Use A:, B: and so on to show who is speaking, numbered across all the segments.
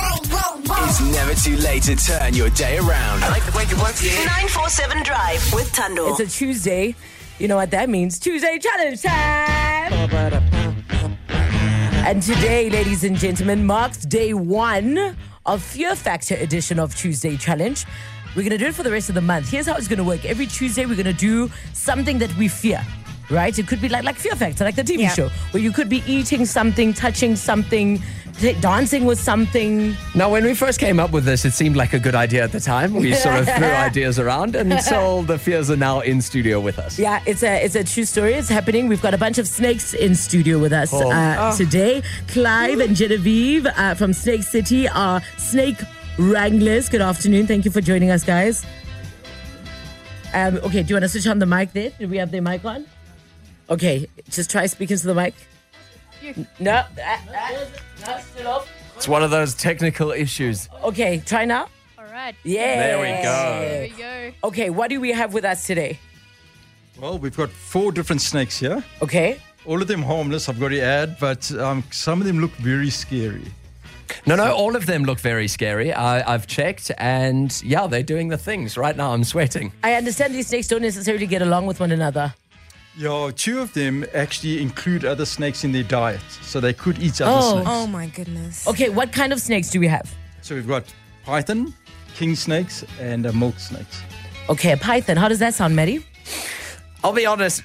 A: It's never too late to turn your day around.
B: I like the way you work here.
C: 947 Drive with
D: It's
C: Tundle.
D: a Tuesday. You know what that means? Tuesday challenge time. And today, ladies and gentlemen, marks day one of Fear Factor edition of Tuesday challenge. We're going to do it for the rest of the month. Here's how it's going to work. Every Tuesday, we're going to do something that we fear. Right? It could be like like Fear Factor, like the TV
E: Yeah.
D: show, where you could be eating something, touching something, t- dancing with something.
B: Now, when we first came up with this, it seemed like a good idea at the time. We sort of threw ideas around, and so the fears are now in studio with us.
D: Yeah, it's a it's a true story. It's happening. We've got a bunch of snakes in studio with us
B: Oh.
D: uh, today. Clive and Genevieve uh, from Snake City are snake wranglers. Good afternoon. Thank you for joining us, guys. Um, okay, do you want to switch on the mic there? Do we have the mic on? Okay, just try speaking to the mic. No, uh, uh, no, still off.
B: It's one of those technical issues.
D: Okay, try now.
F: All right.
D: Yeah.
B: There we go.
F: There we go.
D: Okay, what do we have with us today?
G: Well, we've got four different snakes here.
D: Okay.
G: All of them harmless, I've got to add, but um, some of them look very scary.
B: No, no, all of them look very scary. I, I've checked, and yeah, they're doing the things. Right now, I'm sweating.
D: I understand these snakes don't necessarily get along with one another.
G: Yeah, two of them actually include other snakes in their diet, so they could eat other
D: Oh.
G: snakes.
E: Oh my goodness.
D: Okay, what kind of snakes do we have?
G: So we've got python, king snakes, and uh, milk snakes.
D: Okay, a python. How does that sound, Maddie?
B: I'll be honest.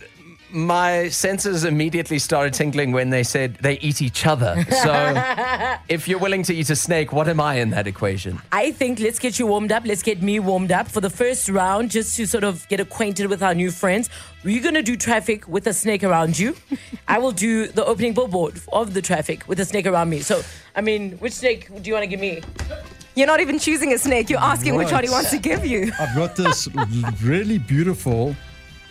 B: My senses immediately started tingling when they said they eat each other. So, if you're willing to eat a snake, what am I in that equation?
D: I think let's get you warmed up. Let's get me warmed up for the first round, just to sort of get acquainted with our new friends. We're going to do traffic with a snake around you. I will do the opening billboard of the traffic with a snake around me. So, I mean, which snake do you want to give me?
E: You're not even choosing a snake. You're asking which one he
G: Right.
E: wants to give you.
G: I've got this really beautiful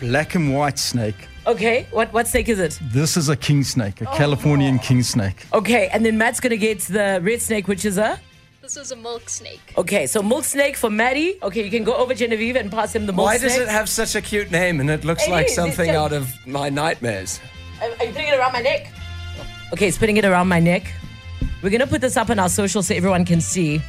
G: black and white snake.
D: Okay, what, what snake is it?
G: This is a king snake,
E: Oh.
G: a Californian king snake.
D: Okay, and then Matt's going to get the red snake, which is a.
F: This is a milk snake.
D: Okay, so milk snake for Maddie. Okay, you can go over Genevieve and pass him the milk
B: Why
D: snake.
B: does it have such a cute name and it looks
D: It
B: like
D: is, it's
B: something
D: a-
B: out of my nightmares?
D: Are are you putting it around my neck? Okay, it's putting it around my neck. We're gonna put this up on our social so everyone can see.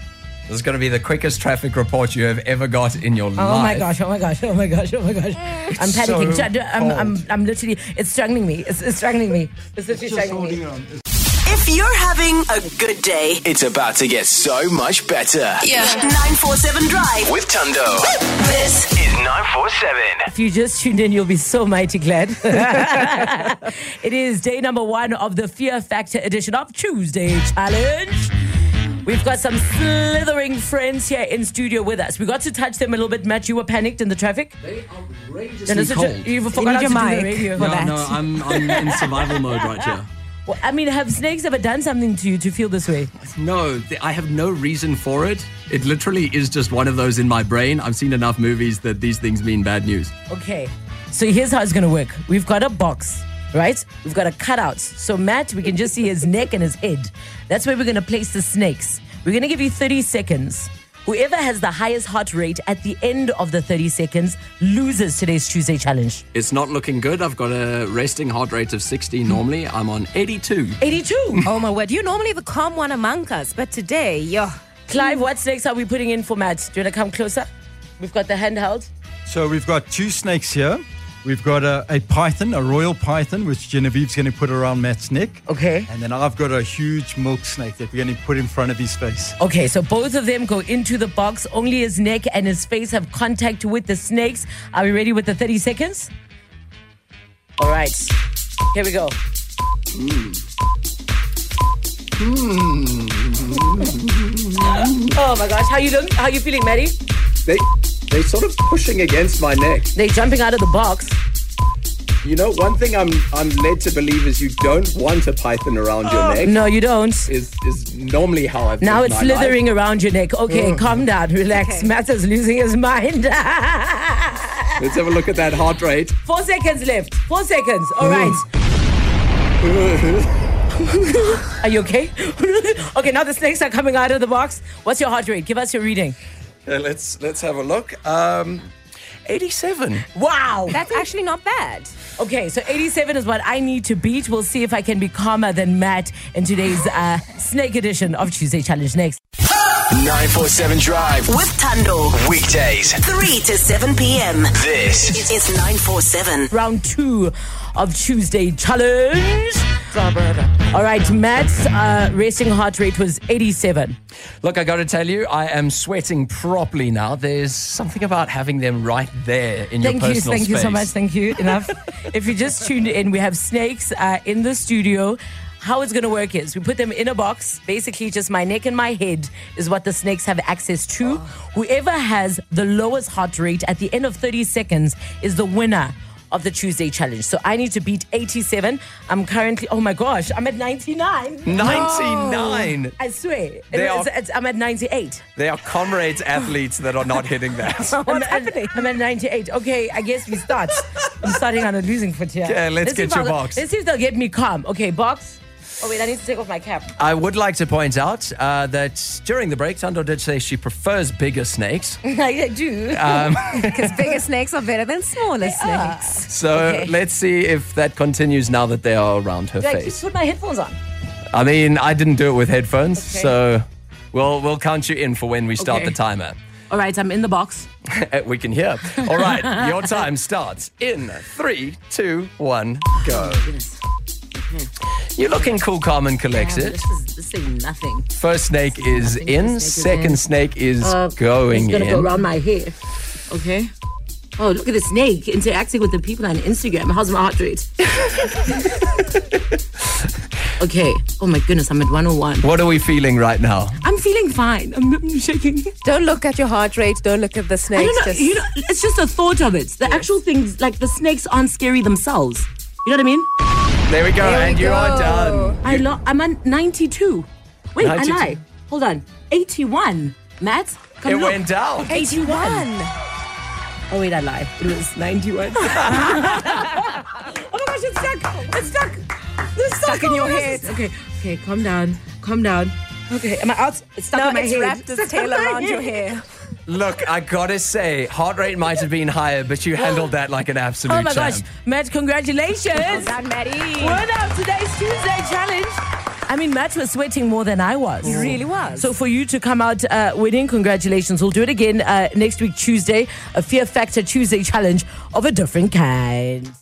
B: This is going to be the quickest traffic report you have ever got in your
D: Oh
B: life.
D: my gosh! Oh my gosh! Oh my gosh! Oh my gosh! I'm panicking.
G: so
D: Ju- I'm, I'm,
G: cold.
D: I'm literally. It's strangling me. It's, it's strangling me. It's literally strangling me.
G: on.
C: If you're having a good day,
A: It's about to get so much better.
C: yeah. 947 Drive.
A: With Tundo
C: This
A: is 947.
D: If you just tuned in, you'll be so mighty glad. it is day number one of the Fear Factor edition of Tuesday Challenge. We've got some slithering friends here in studio with us. We got to touch them a little bit. Matt, you were panicked in the traffic. Then it's such a-
B: cold.
D: You've
E: need
D: forgotten
E: your
D: to do the
E: mic.
D: radio.
E: No,
H: No,
E: that.
H: no, I'm, I'm in survival mode right here.
D: Well, I mean, have snakes ever done something to you to feel this way?
H: No, th- I have no reason for it. It literally is just one of those in my brain. I've seen enough movies that these things mean bad news.
D: Okay. So here's how it's going to work. We've got a box, right? We've got a cutout. So Matt, we can just see his neck and his head. That's where we're going to place the snakes. We're going to give you 30 seconds. Whoever has the highest heart rate at the end of the 30 seconds loses today's Tuesday challenge.
H: It's not looking good. I've got a resting heart rate of 60 normally. I'm on 82.
D: 82.
E: Oh my word. You're normally the calm one among us, but today, yo.
D: Clive, what snakes are we putting in for Matt? Do you want to come closer? We've got the handheld.
G: So we've got two snakes here. We've got a, a python, a royal python, which Genevieve's going to put around Matt's neck.
D: Okay.
G: And then I've got a huge milk snake that we're going to put in front of his face.
D: Okay, so both of them go into the box. Only his neck and his face have contact with the snakes. Are we ready with the 30 seconds? All right, here we go.
H: Hmm.
D: Oh my gosh, how you doing? How you feeling, Maddie?
H: They, they're sort of pushing against my neck.
D: They jumping out of the box.
H: You know, one thing I'm, I'm led to believe is you don't want a python around your neck.
D: Oh, No, you don't.
H: Is, is normally how I've
D: Now
H: lived
D: it's
H: my life. Hmm.
D: slithering around your neck. Okay, calm down, relax.
E: Okay.
D: Matt is losing his mind.
H: Let's have a look at that heart rate.
D: Four seconds left. Four seconds. All right. Are you okay? okay, now the snakes are coming out of the box. What's your heart rate? Give us your reading.
H: Yeah, let's let's have a look. Um,
B: 87.
D: Wow.
E: That's actually not bad.
D: Okay, so 87 is what I need to beat. We'll see if I can be calmer than Matt in today's uh, Snake edition of Tuesday Challenge next.
A: 947 Drive.
C: With Tando.
A: Weekdays.
C: 3 to 7 p.m.
A: This
C: It's 947.
D: Round two of Tuesday Challenge. All right, Matt's uh, racing heart rate was 87.
B: Look, I got to tell you, I am sweating properly now. There's something about having them right there in your
D: Thank you,
B: personal
D: thank
B: space.
D: you so much, thank you. Enough. if you just tuned in, we have snakes uh, in the studio. How it's going to work is we put them in a box. Basically, just my neck and my head is what the snakes have access to.
B: Oh.
D: Whoever has the lowest heart rate at the end of 30 seconds is the winner of the Tuesday challenge. So I need to beat 87. I'm currently, oh my gosh, I'm at 99.
B: 99.
D: I swear. It
B: They
D: is-
B: are-
D: it's- I'm at 98.
B: They are comrades athletes that are not hitting that.
D: What's I'm, happening? I'm at 98. Okay, I guess we start. I'm starting on a losing foot here.
B: Yeah, let's
D: see
B: get
D: if I'll-
B: your box.
D: Let's see if they'll get me calm. Okay, box. Oh, wait, I need to take off my cap.
B: I would like to point out uh, that during the break, Sandor did say she prefers bigger snakes.
D: I do.
B: Ah,
E: Because bigger snakes are better than smaller snakes.
B: So
D: Okay.
B: let's see if that continues now that they are around her
D: do I keep
B: face.
D: put my headphones on?
B: I mean, I didn't do it with headphones,
D: Okay.
B: so we'll we'll count you in for when we start
D: Okay.
B: the timer.
D: All right, I'm in the box.
B: Uh, we can hear. All right, your time starts in three, two, one, go. You're looking cool, calm, and collected.
D: is this is nothing.
B: First snake is
D: nothing. First
B: in.
D: snake is
B: Second
D: in.
B: snake is going
D: Uh, It's gonna go
B: in.
D: around my hair. Okay. Oh, look at the snake interacting with the people on Instagram. How's my heart rate? okay. Oh my goodness, I'm at 101.
B: What are we feeling right now?
D: I'm feeling fine. I'm, I'm shaking.
E: Don't look at your heart rate. Don't look at the
D: I
E: snakes.
D: don't know.
E: Just-
D: You know, it's just the thought of it. The actual things, like the snakes, aren't scary themselves. You know what I mean?
B: There we go,
E: There we
B: and you are
E: go.
B: done.
D: I lo- I'm at 92. Wait, I
B: 92.
D: lie. Hold on. 81. Matt, come
B: It
D: look.
B: went down.
D: 81. Oh wait, I lie. It was 91. oh my gosh, it's stuck. It's stuck. It's stuck,
E: in
D: Oh
E: your
D: my gosh,
E: head.
D: it's- Okay, okay, calm down. Calm down. Okay, am I out? It's stuck
E: No,
D: in my
E: it's
D: head.
E: wrapped its
D: Stuck in
E: tail
D: my
E: around your
D: head.
E: hair.
B: Look, I gotta say, heart rate might have been higher, but you handled that like an absolute
D: Oh my
B: champ.
D: gosh, Matt, congratulations.
E: Done, Maddie.
D: Word of today's Tuesday challenge. I mean, Matt was sweating more than I was.
E: He really was.
D: So for you to come out uh, winning, congratulations. We'll do it again uh, next week, Tuesday. A Fear Factor Tuesday challenge of a different kind.